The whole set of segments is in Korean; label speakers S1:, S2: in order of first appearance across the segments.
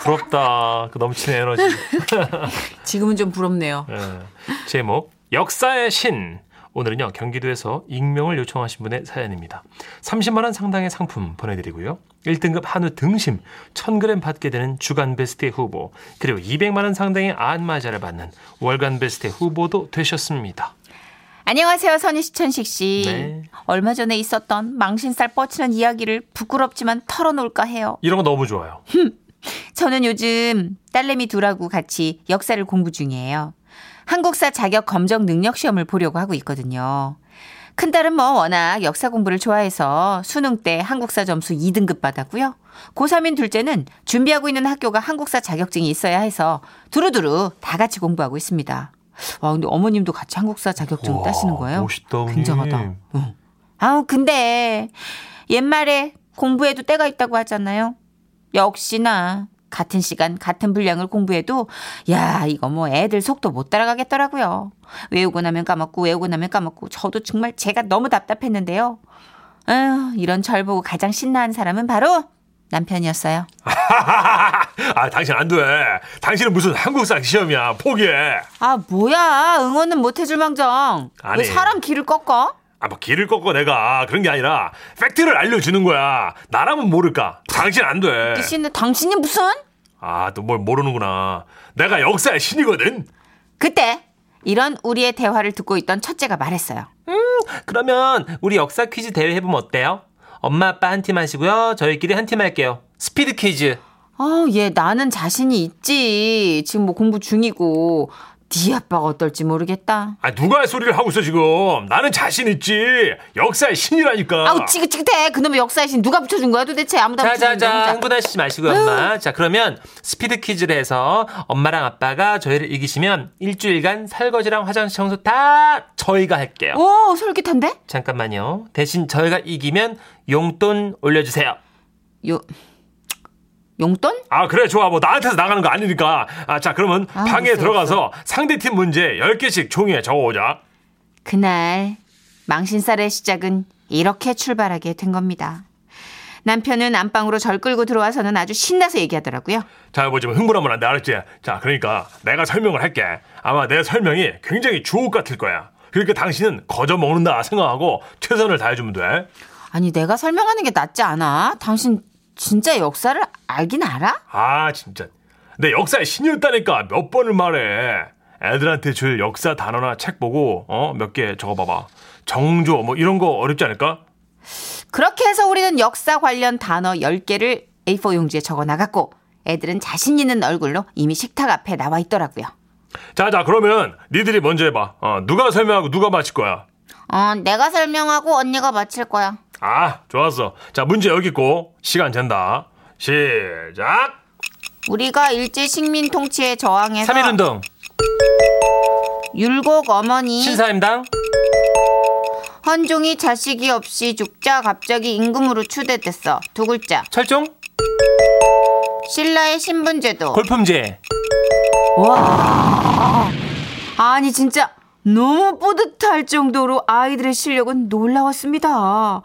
S1: 부럽다. 그 넘치는 에너지.
S2: 지금은 좀 부럽네요.
S1: 예. 제목 역사의 신. 오늘은요 경기도에서 익명을 요청하신 분의 사연입니다. 30만 원 상당의 상품 보내드리고요. 1등급 한우 등심 1,000g 받게 되는 주간 베스트 후보 그리고 200만 원 상당의 안마자를 받는 월간 베스트 후보도 되셨습니다.
S3: 안녕하세요, 선희 시천식 씨.
S1: 네.
S3: 얼마 전에 있었던 망신살 뻗치는 이야기를 부끄럽지만 털어놓을까 해요.
S1: 이런 거 너무 좋아요.
S3: 저는 요즘 딸내미 둘하고 같이 역사를 공부 중이에요. 한국사 자격 검정 능력 시험을 보려고 하고 있거든요. 큰딸은 뭐 워낙 역사 공부를 좋아해서 수능 때 한국사 점수 2등급 받았고요. 고3인 둘째는 준비하고 있는 학교가 한국사 자격증이 있어야 해서 두루두루 다 같이 공부하고 있습니다. 와, 근데 어머님도 같이 한국사 자격증
S1: 우와,
S3: 따시는 거예요?
S1: 멋있다, 어머님.
S3: 굉장하다. 응. 아우, 근데 옛말에 공부해도 때가 있다고 하잖아요. 역시나 같은 시간 같은 분량을 공부해도 야 이거 뭐 애들 속도 못 따라가겠더라고요. 외우고 나면 까먹고 외우고 나면 까먹고 저도 정말 제가 너무 답답했는데요. 아휴, 이런 절 보고 가장 신나한 사람은 바로 남편이었어요.
S1: 아 당신 안 돼. 당신은 무슨 한국사 시험이야. 포기해.
S3: 아 뭐야 응원은 못 해줄 망정.
S1: 아니.
S3: 왜 사람 길을 꺾어?
S1: 아, 뭐 길을 꺾어 내가 그런 게 아니라 팩트를 알려주는 거야. 나라면 모를까. 당신 안 돼.
S3: 씨는 당신이 무슨?
S1: 아, 또 뭘 모르는구나. 내가 역사의 신이거든.
S3: 그때 이런 우리의 대화를 듣고 있던 첫째가 말했어요.
S1: 그러면 우리 역사 퀴즈 대회 해보면 어때요? 엄마 아빠 한 팀 하시고요. 저희끼리 한 팀 할게요. 스피드 퀴즈.
S3: 아, 얘 나는 자신이 있지. 지금 뭐 공부 중이고 네 아빠가 어떨지 모르겠다.
S1: 아, 누가 할 소리를 하고 있어 지금? 나는 자신 있지. 역사의 신이라니까.
S3: 아우 지긋지긋해. 그놈의 역사에 신 누가 붙여준 거야 도대체 아무도 안 붙여준
S4: 어. 자자자
S3: 거야.
S4: 흥분하시지 마시고요 엄마 아, 자 그러면 스피드 퀴즈를 해서 엄마랑 아빠가 저희를 이기시면 일주일간 설거지랑 화장실 청소 다 저희가 할게요
S3: 오 솔깃한데?
S4: 잠깐만요 대신 저희가 이기면 용돈 올려주세요
S3: 요 용돈?
S1: 아, 그래 좋아. 뭐 나한테서 나가는 거 아니니까. 아, 자 그러면
S3: 아,
S1: 방에
S3: 있어,
S1: 들어가서 상대 팀 문제 10개씩 종이에 적어오자.
S3: 그날 망신살의 시작은 이렇게 출발하게 된 겁니다. 남편은 안방으로 절 끌고 들어와서는 아주 신나서 얘기하더라고요.
S1: 자, 여보, 지금 흥분하면 안 돼, 알았지? 자, 그러니까 내가 설명을 할게. 아마 내 설명이 굉장히 주옥 같을 거야. 그러니까 당신은 거저 먹는다 생각하고 최선을 다해주면 돼.
S3: 아니 내가 설명하는 게 낫지 않아? 당신 진짜 역사를 알긴 알아?
S1: 아, 진짜. 내 역사의 신이었다니까 몇 번을 말해. 애들한테 줄 역사 단어나 책 보고, 어, 몇 개 적어봐봐. 정조, 뭐 이런 거 어렵지 않을까?
S3: 그렇게 해서 우리는 역사 관련 단어 10개를 A4 용지에 적어 나갔고 애들은 자신 있는 얼굴로 이미 식탁 앞에 나와 있더라고요.
S1: 자, 자, 그러면 니들이 먼저 해봐. 어, 누가 설명하고 누가 맞힐 거야?
S3: 어, 내가 설명하고 언니가 맞힐 거야.
S1: 아, 좋았어. 자, 문제 여기 있고, 시간 잰다. 시작!
S3: 우리가 일제 식민 통치에 저항해서
S4: 3.1운동
S3: 율곡 어머니
S4: 신사임당
S3: 헌종이 자식이 없이 죽자 갑자기 임금으로 추대됐어. 두 글자.
S4: 철종
S3: 신라의 신분제도.
S4: 골품제
S3: 아니 진짜 너무 뿌듯할 정도로 아이들의 실력은 놀라웠습니다.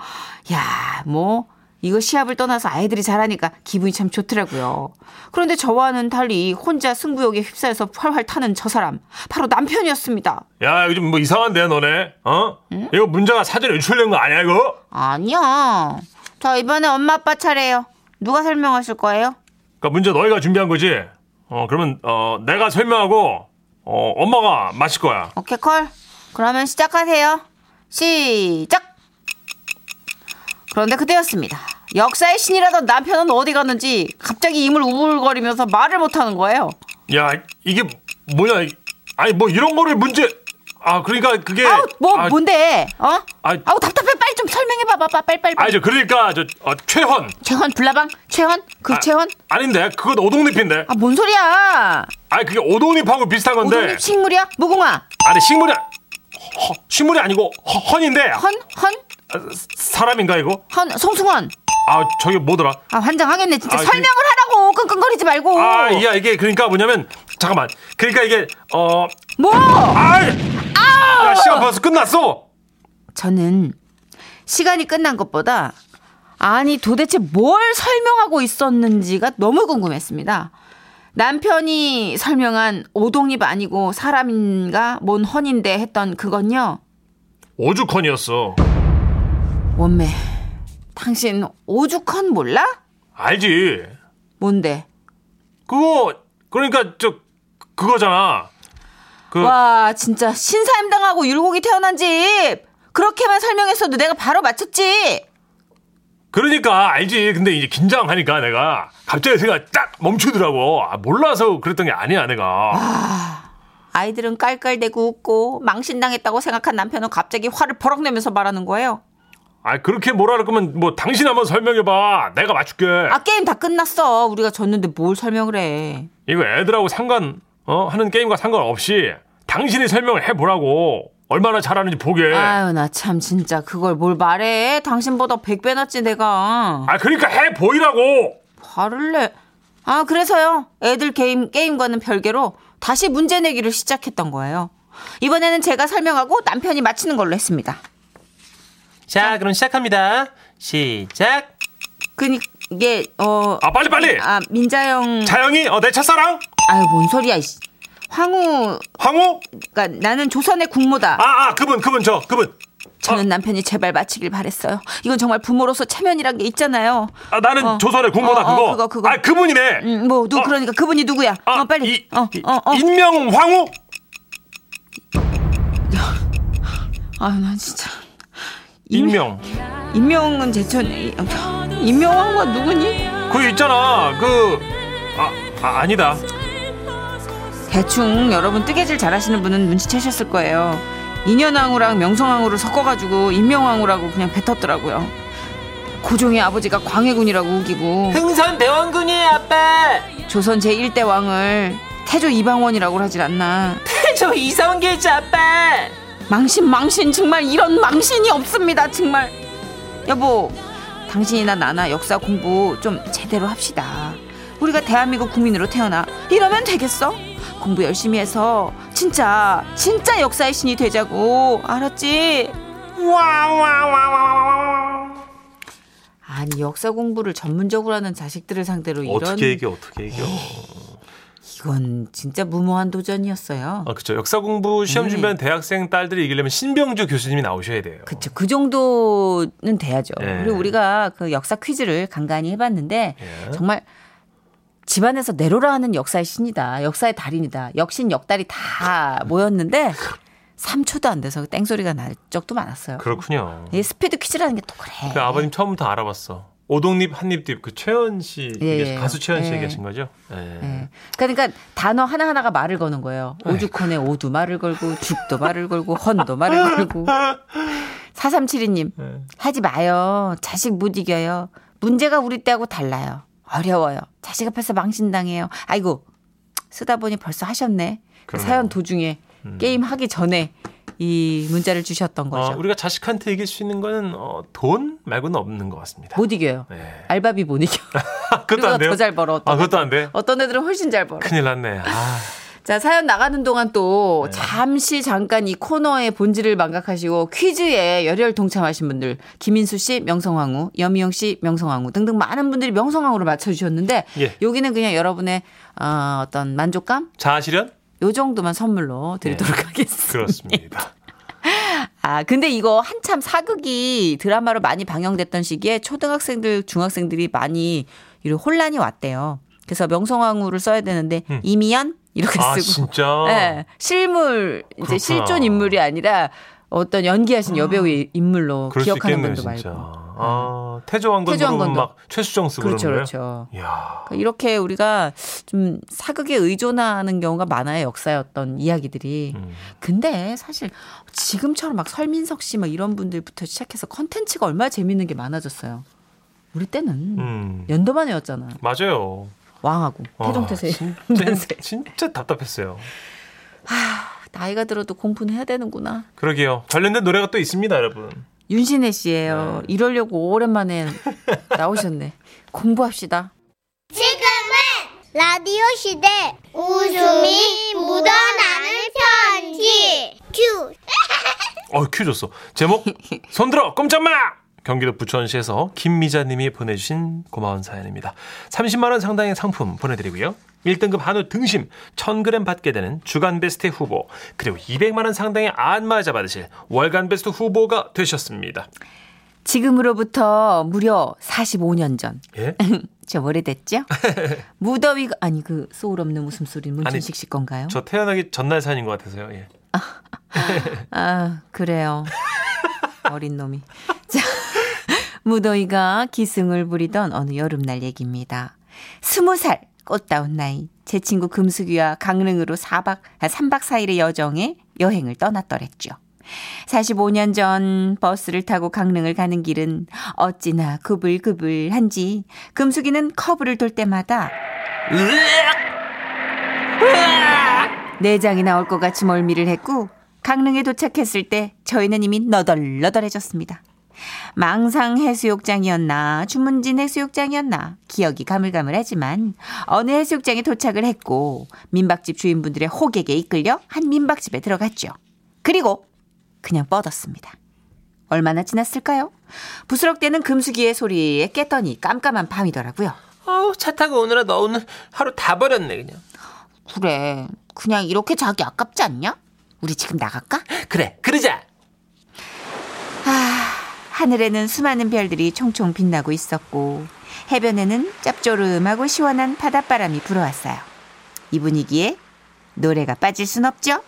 S3: 야, 뭐 이거 시합을 떠나서 아이들이 잘하니까 기분이 참 좋더라고요. 그런데 저와는 달리 혼자 승부욕에 휩싸여서 활활 타는 저 사람 바로 남편이었습니다.
S1: 야, 요즘 뭐 이상한데, 너네? 어? 이거 문제가 사전에 유출된 거 아니야, 이거?
S3: 아니야. 자 이번에 엄마 아빠 차례예요. 누가 설명하실 거예요?
S1: 그니까 그러니까 문제 너희가 준비한 거지? 어, 그러면, 어, 내가 설명하고, 어, 엄마가 마실 거야.
S3: 오케이 콜. 그러면 시작하세요. 시작. 그런데 그때였습니다. 역사의 신이라던 남편은 어디 갔는지 갑자기 입을 우글거리면서 말을 못하는 거예요.
S1: 야, 이게 뭐냐? 이- 아니, 뭐 이런 거를 문제, 아, 그러니까 그게.
S3: 아우 뭐
S1: 아,
S3: 뭔데? 어? 아,
S1: 아이.
S3: 우 답답해 빨리 좀 설명해 봐봐 빨빨빨.
S1: 아니, 저, 그러니까, 저, 어, 최헌.
S3: 최헌 불나방 최헌 그
S1: 아,
S3: 최헌
S1: 아닌데, 그건 오동잎인데.
S3: 아 뭔 소리야?
S1: 아니, 그게 오동잎하고 비슷한 건데.
S3: 오동잎 식물이야? 무궁화
S1: 아니, 식물이, 아- 허, 식물이 아니고, 허, 헌인데.
S3: 헌헌헌
S1: 아, 사람인가, 이거?
S3: 송승헌
S1: 아, 저게 뭐더라?
S3: 아 환장하겠네 진짜
S1: 아, 그-
S3: 설명을 하라고 끙끙거리지 말고
S1: 아, 야, 이게 그러니까 뭐냐면 잠깐만. 그러니까 이게 어,
S3: 뭐?
S1: 아, 야, 시간 벌써 끝났어.
S3: 저는 시간이 끝난 것보다 아니 도대체 뭘 설명하고 있었는지가 너무 궁금했습니다. 남편이 설명한 오동잎 아니고 사람인가 뭔 헌인데 했던 그건요.
S1: 오죽헌이었어.
S3: 원매. 당신 오죽헌 몰라?
S1: 알지.
S3: 뭔데?
S1: 그거 그러니까 저 그거잖아. 그
S3: 와 진짜 신사임당하고 율곡이 태어난 집 그렇게만 설명했어도 내가 바로 맞췄지.
S1: 그러니까 알지. 근데 이제 긴장하니까 내가 갑자기 생각 딱 멈추더라고. 아, 몰라서 그랬던 게 아니야 내가.
S3: 아이들은 깔깔대고 웃고 망신당했다고 생각한 남편은 갑자기 화를 버럭 내면서 말하는 거예요.
S1: 아 그렇게 뭐라 그럴 거면 뭐 당신 한번 설명해봐. 내가 맞출게.
S3: 아 게임 다 끝났어. 우리가 졌는데 뭘 설명을 해?
S1: 이거 애들하고 상관 어 하는 게임과 상관없이 당신이 설명을 해보라고. 얼마나 잘하는지 보게. 아,
S3: 아유 나 참 진짜 그걸 뭘 말해? 당신보다 백 배 낫지 내가.
S1: 그러니까 해 보이라고.
S3: 화를 내. 아, 그래서요. 애들 게임, 게임과는 별개로 다시 문제 내기를 시작했던 거예요. 이번에는 제가 설명하고 남편이 맞히는 걸로 했습니다.
S4: 자, 그럼 시작합니다. 시작.
S3: 그, 이게, 어.
S1: 아 빨리 빨리.
S3: 아, 민자영.
S1: 자영이 어 내 첫사랑
S3: 아유, 뭔 소리야, 이씨. 황후,
S1: 황호.
S3: 그니까 나는 조선의 국모다.
S1: 아 아, 그분 그분 저 그분.
S3: 저는
S1: 아.
S3: 남편이 제발 맞히길 바랬어요. 이건 정말 부모로서 체면이란 게 있잖아요.
S1: 아 나는
S3: 어.
S1: 조선의 국모다
S3: 어, 어,
S1: 그거.
S3: 그거, 그거.
S1: 아 그분이네.
S3: 음, 뭐, 누,
S1: 어.
S3: 그러니까 그분이 누구야?
S1: 아
S3: 어, 빨리.
S1: 이-
S3: 어,
S1: 이-
S3: 어, 어.
S1: 인명 황후.
S3: 아유, 난 진짜.
S1: 인명.
S3: 임명은 제천이 어, 임명왕과 누구니?
S1: 그 있잖아 그. 아, 아 아니다.
S3: 대충 여러분 뜨개질 잘하시는 분은 눈치채셨을 거예요. 인현왕후랑 명성왕후를 섞어가지고 임명왕후라고 그냥 뱉었더라고요. 고종의 아버지가 광해군이라고 우기고
S4: 흥선 대원군이에요, 아빠.
S3: 조선 제1대 왕을 태조 이방원이라고 하질 않나.
S4: 저 이상한 게 있지, 아빠.
S3: 망신 망신 정말 이런 망신이 없습니다 정말. 여보 당신이나 나나 역사 공부 좀 제대로 합시다. 우리가 대한민국 국민으로 태어나 이러면 되겠어? 공부 열심히 해서 진짜 진짜 역사의 신이 되자고 알았지? 아니 역사 공부를 전문적으로 하는 자식들을 상대로 이런
S1: 어떻게 얘기해.
S3: 이건 진짜 무모한 도전이었어요.
S1: 아 그쵸 역사 공부 시험
S3: 네.
S1: 준비하는 대학생 딸들이 이기려면 신병주 교수님이 나오셔야 돼요.
S3: 그쵸. 그 정도는 돼야죠.
S1: 예.
S3: 그리고 우리가 그 역사 퀴즈를 간간히 해봤는데
S1: 예.
S3: 정말 집안에서 내로라 하는 역사의 신이다. 역사의 달인이다. 역신 역달이 다 모였는데 3초도 안 돼서 땡소리가 날 적도 많았어요.
S1: 그렇군요.
S3: 이 스피드 퀴즈라는 게 또 그래.
S1: 그 아버님 처음부터 알아봤어. 오동잎 한잎잎 그 최연 씨
S3: 예,
S1: 얘기-
S3: 예.
S1: 가수 최연 씨
S3: 예.
S1: 얘기하신 거죠? 예.
S3: 예. 그러니까 단어 하나하나가 말을 거는 거예요.
S1: 네.
S3: 오죽헌의 오두 말을 걸고 죽도 말을 걸고 헌도 말을 걸고 4372님
S1: 예.
S3: 하지 마요. 자식 못 이겨요. 문제가 우리 때하고 달라요. 어려워요. 자식 앞에서 망신당해요. 아이고 쓰다 보니 벌써 하셨네. 그
S1: 그러네요. 음.
S3: 사연 도중에 게임 하기 전에 이 문자를 주셨던
S1: 어,
S3: 거죠.
S1: 우리가 자식한테 이길 수 있는 거는 어, 돈 말고는 없는 것 같습니다.
S3: 못 이겨요.
S1: 예.
S3: 알바비 못 이겨.
S1: 아, 그것도 안 돼요?
S3: 뭐, 더잘 벌어.
S1: 아,
S3: 어떤,
S1: 그것도 안 돼?
S3: 어떤 애들은 훨씬 잘 벌어.
S1: 큰일 났네. 아,
S3: 자 사연 나가는 동안
S1: 네.
S3: 또 잠시 잠깐 이 코너의 본질을 망각하시고 퀴즈에 열혈 동참하신 분들 김인수 씨 명성황후 여미영 씨 명성황후 등등 많은 분들이 명성황후를 맞춰주셨는데
S1: 예.
S3: 여기는 그냥 여러분의 어, 어떤 만족감
S1: 자아실현?
S3: 요 정도만 선물로 드리도록 하겠습니다.
S1: 네. 그렇습니다.
S3: 아 근데 이거 한참 사극이 드라마로 많이 방영됐던 시기에 초등학생들 중학생들이 많이 이런 혼란이 왔대요. 그래서 명성황후를 써야 되는데 이미연 이렇게
S1: 음. 아,
S3: 쓰고
S1: 진짜?
S3: 예, 실물 이제
S1: 그렇구나.
S3: 실존 인물이 아니라 어떤 연기하신 여배우의 인물로
S1: 음. 그럴 수
S3: 뭐 기억하는
S1: 있겠네요,
S3: 분도
S1: 진짜.
S3: 말고. 예.
S1: 아, 태조왕건
S3: 태조왕건도.
S1: 부르면 막 최수정 쓰고
S3: 그렇죠,
S1: 그러는
S3: 그렇죠.
S1: 거예요? 이야.
S3: 그러니까 이렇게 우리가 좀 사극에 의존하는 경우가 많아요, 역사였던 이야기들이.
S1: 음.
S3: 근데 사실 지금처럼 막 설민석 씨 막 이런 분들부터 시작해서 컨텐츠가 얼마나 재밌는 게 많아졌어요. 우리 때는
S1: 음.
S3: 연도만 외웠잖아.
S1: 맞아요.
S3: 왕하고 태종태세. 연세.
S1: 진짜, 진짜 답답했어요.
S3: 나이가 들어도 공부는 해야 되는구나.
S1: 그러게요. 관련된 노래가 또 있습니다, 여러분.
S3: 윤신혜 씨예요.
S1: 네.
S3: 이러려고 오랜만에 나오셨네. 공부합시다.
S5: 지금은 라디오 시대 웃음이 묻어나는 편지 큐
S1: 어, 큐 줬어. 제목 손들어 꼼짝마 경기도 부천시에서 김미자님이 보내주신 고마운 사연입니다. 30만 원 상당의 상품 보내드리고요. 1등급 한우 등심 1000g 받게 되는 주간베스트 후보 그리고 200만 원 상당의 안마자 받으실 월간베스트 후보가 되셨습니다.
S3: 지금으로부터 무려 45년 전.
S1: 예?
S3: 좀 오래됐죠? 무더위가 아니 그 소울 없는 웃음소리
S1: 아니,
S3: 문준식 씨 건가요?
S1: 저 태어나기 전날 사연인 것 같아서요. 예.
S3: 아 그래요. 어린 놈이. 자, 무더위가 기승을 부리던 어느 여름날 얘기입니다. 스무 살 꽃다운 나이. 제 친구 금숙이와 강릉으로 4박, 아, 3박 4일의 여정에 여행을 떠났더랬죠. 45년 전 버스를 타고 강릉을 가는 길은 어찌나 그불그불한지 금숙이는 커브를 돌 때마다 내장이 나올 것 같이 멀미를 했고 강릉에 도착했을 때 저희는 이미 너덜너덜해졌습니다. 망상 해수욕장이었나 주문진 해수욕장이었나 기억이 가물가물하지만 어느 해수욕장에 도착을 했고 민박집 주인분들의 호객에 이끌려 한 민박집에 들어갔죠. 그리고 그냥 뻗었습니다. 얼마나 지났을까요? 부스럭대는 금수기의 소리에 깼더니 깜깜한 밤이더라고요.
S4: 어우, 차 타고 오느라 너 오늘 하루 다 버렸네, 그냥.
S3: 그래 그냥 이렇게 자기 아깝지 않냐? 우리 지금 나갈까?
S4: 그래, 그러자!
S3: 하늘에는 수많은 별들이 총총 빛나고 있었고 해변에는 짭조름하고 시원한 바닷바람이 불어왔어요. 이 분위기에 노래가 빠질 순 없죠?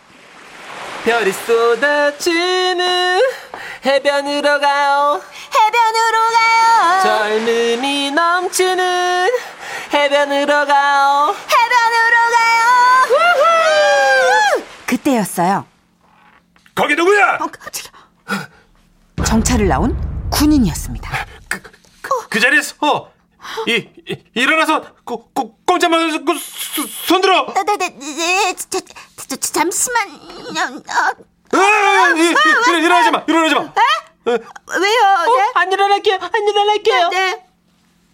S4: 별이 쏟아지는 해변으로 가요.
S3: 해변으로 가요.
S4: 젊음이 넘치는 해변으로 가요.
S3: 해변으로 가요. 그때였어요.
S1: 거기 누구야?
S3: 어, 깜짝이야. 정찰을 나온 군인이었습니다.
S1: 그 자리에서 어, 이, 이- 일어나서 꼬, 꼬, 꼼짝 말고 그 손들어.
S3: 잠시만요.
S1: 아, 이- 이- 일어- 일어나지 마. 일어나지 마.
S3: 왜요?
S4: 안 일어날게요. 안 일어날게요.
S3: 네.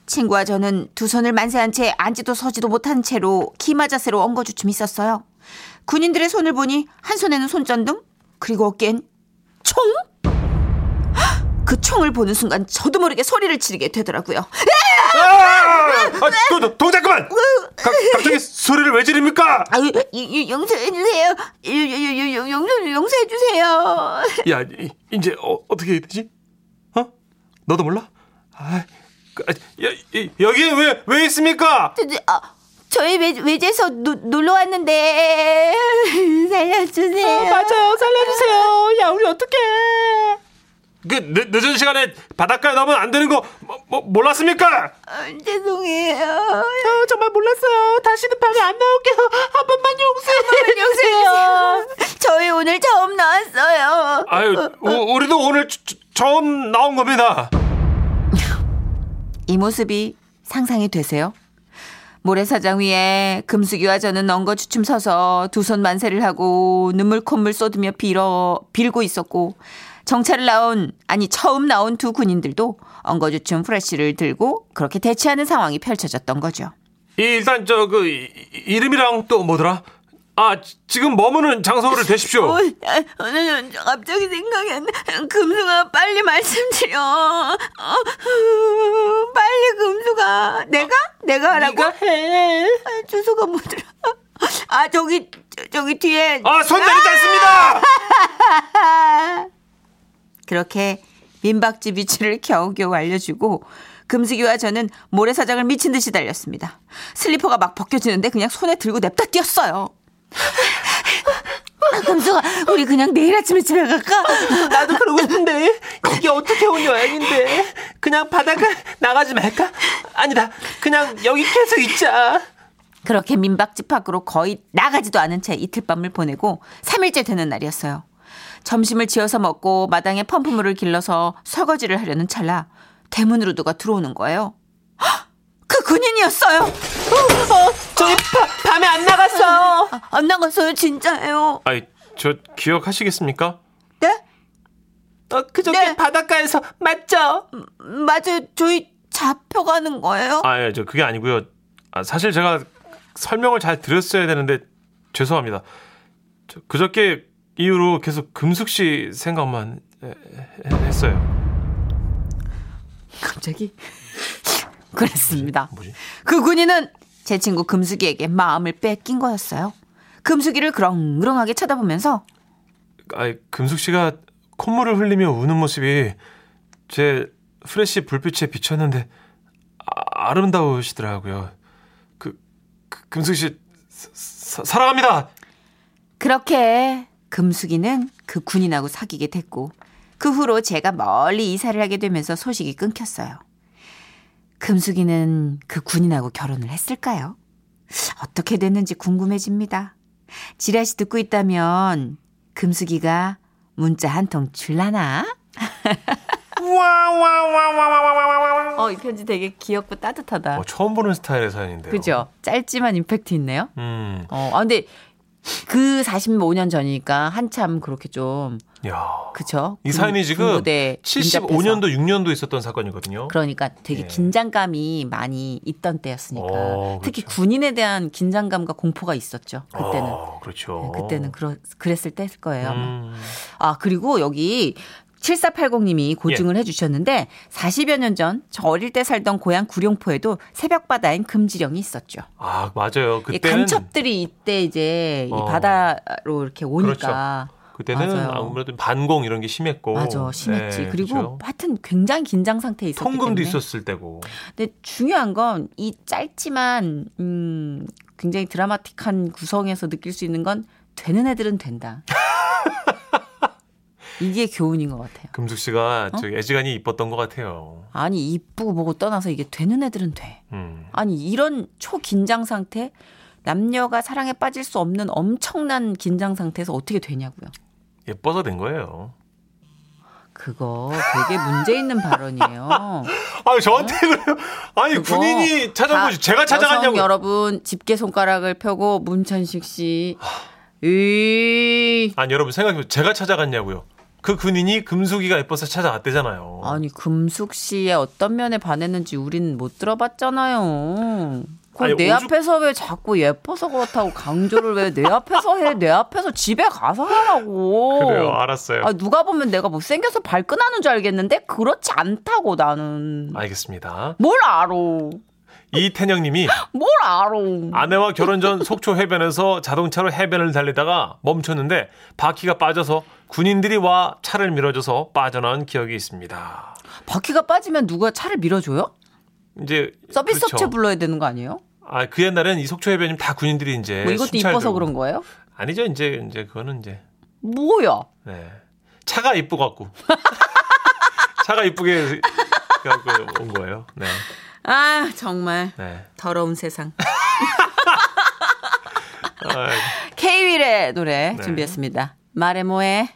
S3: 친구와 저는 두 손을 만세한 채 앉지도 서지도 못한 채로 기마 자세로 엉거주춤 있었어요. 군인들의 손을 보니 한 손에는 손전등 그리고 어깨엔 총? 헉! 그 총을 보는 순간 저도 모르게 소리를 지르게 되더라고요.
S1: 아, 아, 도- 도- 동작 그만. 가- 갑자기 소리를 왜 지릅니까?
S3: 아유, 유- 유- 용서해주세요. 유- 유- 유- 유- 용서, 용서해주세요.
S1: 야, 이- 이제 어, 어떻게 해야 되지? 어? 너도 몰라? 아, 그, 아, 야, 이- 여기에 왜, 왜 있습니까?
S3: 저- 저- 아, 저희 외, 외제에서 노- 놀러 왔는데 살려주세요.
S4: 어, 맞아요. 살려주세요. 야, 우리 어떡해.
S1: 그 늦, 늦은 시간에 바닷가에 나오면 안 되는 거 뭐, 뭐, 몰랐습니까?
S3: 아, 죄송해요.
S4: 어, 정말 몰랐어요. 다시는 밤에 안 나올게요. 한 번만 용서해.
S3: 안녕하세요. 저희 오늘 처음 나왔어요.
S1: 아유, 우- 우리도 오늘 저- 저- 처음 나온 겁니다.
S3: 이 모습이 상상이 되세요? 모래사장 위에 금수기와 저는 엉거주춤 서서 두 손 만세를 하고 눈물 콧물 쏟으며 빌어 빌고 있었고 정찰을 나온 아니 처음 나온 두 군인들도 엉거주춤 프레쉬를 들고 그렇게 대치하는 상황이 펼쳐졌던 거죠.
S1: 이, 일단 저 그 이름이랑 또 뭐더라? 아, 지- 지금 머무는 장소를
S3: 어,
S1: 되십시오.
S3: 오늘 갑자기 생각이 안 나. 금수가 빨리 말씀드려. 어, 빨리 금수가. 내가? 내가 하라고?
S4: 네가 해.
S3: 아, 주소가 뭐더라? 아 저기 저- 저기 뒤에
S1: 아, 손 내리지 않습니다.
S3: 그렇게 민박집 위치를 겨우겨우 알려주고 금숙이와 저는 모래사장을 미친 듯이 달렸습니다. 슬리퍼가 막 벗겨지는데 그냥 손에 들고 냅다 뛰었어요. 아, 금숙아 우리 그냥 내일 아침에 집에 갈까?
S4: 나도 그러고 싶은데 이게 어떻게 온 여행인데 그냥 바닷가 나가지 말까? 아니다 그냥 여기 계속 있자
S3: 그렇게 민박집 밖으로 거의 나가지도 않은 채 이틀 밤을 보내고 3일째 되는 날이었어요. 점심을 지어서 먹고 마당에 펌프물을 길러서 설거지를 하려는 찰나 대문으로 누가 들어오는 거예요. 헉! 그 군인이었어요.
S4: 저기 바, 밤에 안 나갔어
S3: 아, 안 나갔어요 진짜예요.
S1: 아이, 저 기억하시겠습니까?
S3: 네?
S4: 어, 그저께
S3: 네.
S4: 바닷가에서 맞죠?
S3: 맞아요. 저희 잡혀가는 거예요.
S1: 아, 예, 저 그게 아니고요. 아, 사실 제가 설명을 잘 드렸어야 되는데 죄송합니다. 저 그저께 이후로 계속 금숙 씨 생각만 에- 에- 했어요.
S3: 갑자기 그랬습니다.
S6: 뭐지?
S3: 그 군인은 제 친구 금숙이에게 마음을 뺏긴 거였어요. 금숙이를 그렁그렁하게 쳐다보면서
S1: 아, 금숙 씨가 콧물을 흘리며 우는 모습이 제 프레시 불빛에 비쳤는데 아, 름다우시더라고요 그, 그 금숙 씨 사, 사랑합니다.
S3: 그렇게 금숙이는 그 군인하고 사귀게 됐고 그 후로 제가 멀리 이사를 하게 되면서 소식이 끊겼어요. 금숙이는 그 군인하고 결혼을 했을까요? 어떻게 됐는지 궁금해집니다. 지라시 듣고 있다면 금숙이가 문자 한 통 줄라나? 어, 이 편지 되게 귀엽고 따뜻하다.
S1: 어, 처음 보는 스타일의 사연인데요.
S3: 그죠? 짧지만 임팩트 있네요.
S1: 음,
S3: 어, 아, 근데 그 45년 전이니까 한참 그렇게 좀,
S1: 야.
S3: 그쵸?
S1: 이
S3: 군-
S1: 사연이 지금
S3: 군부대에 인접해서.
S1: 75년도 6년도 있었던 사건이거든요.
S3: 그러니까 되게
S1: 예.
S3: 긴장감이 많이 있던 때였으니까.
S1: 어,
S3: 특히
S1: 그렇죠.
S3: 군인에 대한 긴장감과 공포가 있었죠. 그때는.
S1: 어, 그렇죠.
S3: 네, 그때는 그러, 그랬을 때일 거예요. 아마.
S1: 음.
S3: 아, 그리고 여기 7480님이
S1: 예.
S3: 고증을 해주셨는데 40여 년 전 저 어릴 때 살던 고향 구룡포에도 새벽바다엔 금지령이 있었죠.
S1: 아, 맞아요.
S3: 이
S1: 그때는
S3: 예, 간첩들이 이때 이제
S1: 어. 그렇죠.
S3: 이 바다로 이렇게 오니까
S1: 그때는
S3: 맞아요.
S1: 아무래도 반공 이런 게 심했고.
S3: 맞아 심했지.
S1: 예,
S3: 그리고
S1: 그렇죠.
S3: 하여튼 굉장히 긴장 상태에 있었기
S1: 통금도
S3: 때문에.
S1: 있었을 때고.
S3: 근데 중요한 건 이 짧지만 음 굉장히 드라마틱한 구성에서 느낄 수 있는 건 되는 애들은 된다. 이게 교훈인 것 같아요.
S1: 금숙 씨가
S3: 어?
S1: 저기 애지간히 이뻤던 것 같아요.
S3: 아니 이쁘고 보고 떠나서 이게 되는 애들은 돼.
S1: 음.
S3: 아니 이런 초긴장 상태 남녀가 사랑에 빠질 수 없는 엄청난 긴장 상태에서 어떻게 되냐고요.
S1: 예뻐서 된 거예요.
S3: 그거 되게 문제 있는 발언이에요.
S1: 아 저한테 그래요? 아니
S3: 어? 그거
S1: 군인이 찾아온 거지
S3: 다
S1: 제가 찾아갔냐고.
S3: 여성 여러분 집게 손가락을 펴고 문천식 씨. 으이.
S1: 아니 여러분 생각해보세요. 제가 찾아갔냐고요. 그 군인이 금숙이가 예뻐서 찾아왔대잖아요.
S3: 아니 금숙 씨의 어떤 면에 반했는지 우리는 못 들어봤잖아요. 그걸
S1: 아니,
S3: 내
S1: 오죽-
S3: 앞에서 왜 자꾸 예뻐서 그렇다고 강조를 왜 내 앞에서 해? 내 앞에서 집에 가서 하라고.
S1: 그래요. 네. 알았어요.
S3: 아, 누가 보면 내가 못생겨서 발끈하는 줄 알겠는데 그렇지 않다고 나는.
S1: 아. 알겠습니다.
S3: 뭘 알아? 뭘
S1: 이태영님이
S3: 알아?
S1: 아내와 결혼 전 속초 해변에서 자동차로 해변을 달리다가 멈췄는데 바퀴가 빠져서 군인들이 와 차를 밀어줘서 빠져나온 기억이 있습니다.
S3: 바퀴가 빠지면 누가 차를 밀어줘요?
S1: 이제
S3: 서비스
S1: 그렇죠.
S3: 업체 불러야 되는 거 아니에요?
S1: 아, 그 옛날엔 이 속초 해변이 다 군인들이 이제
S3: 뭐 이것도
S1: 네, 순찰
S3: 이뻐서
S1: 들고.
S3: 그런 거예요?
S1: 아니죠. 이제 이제 그거는 이제
S3: 뭐야?
S1: 네. 차가 이쁘 갖고. 차가 이쁘게 갖고 온 거예요. 네.
S3: 아 정말
S1: 네.
S3: 더러운 세상.
S1: 아,
S3: K 윌의 노래
S1: 네.
S3: 준비했습니다. 말해 뭐해?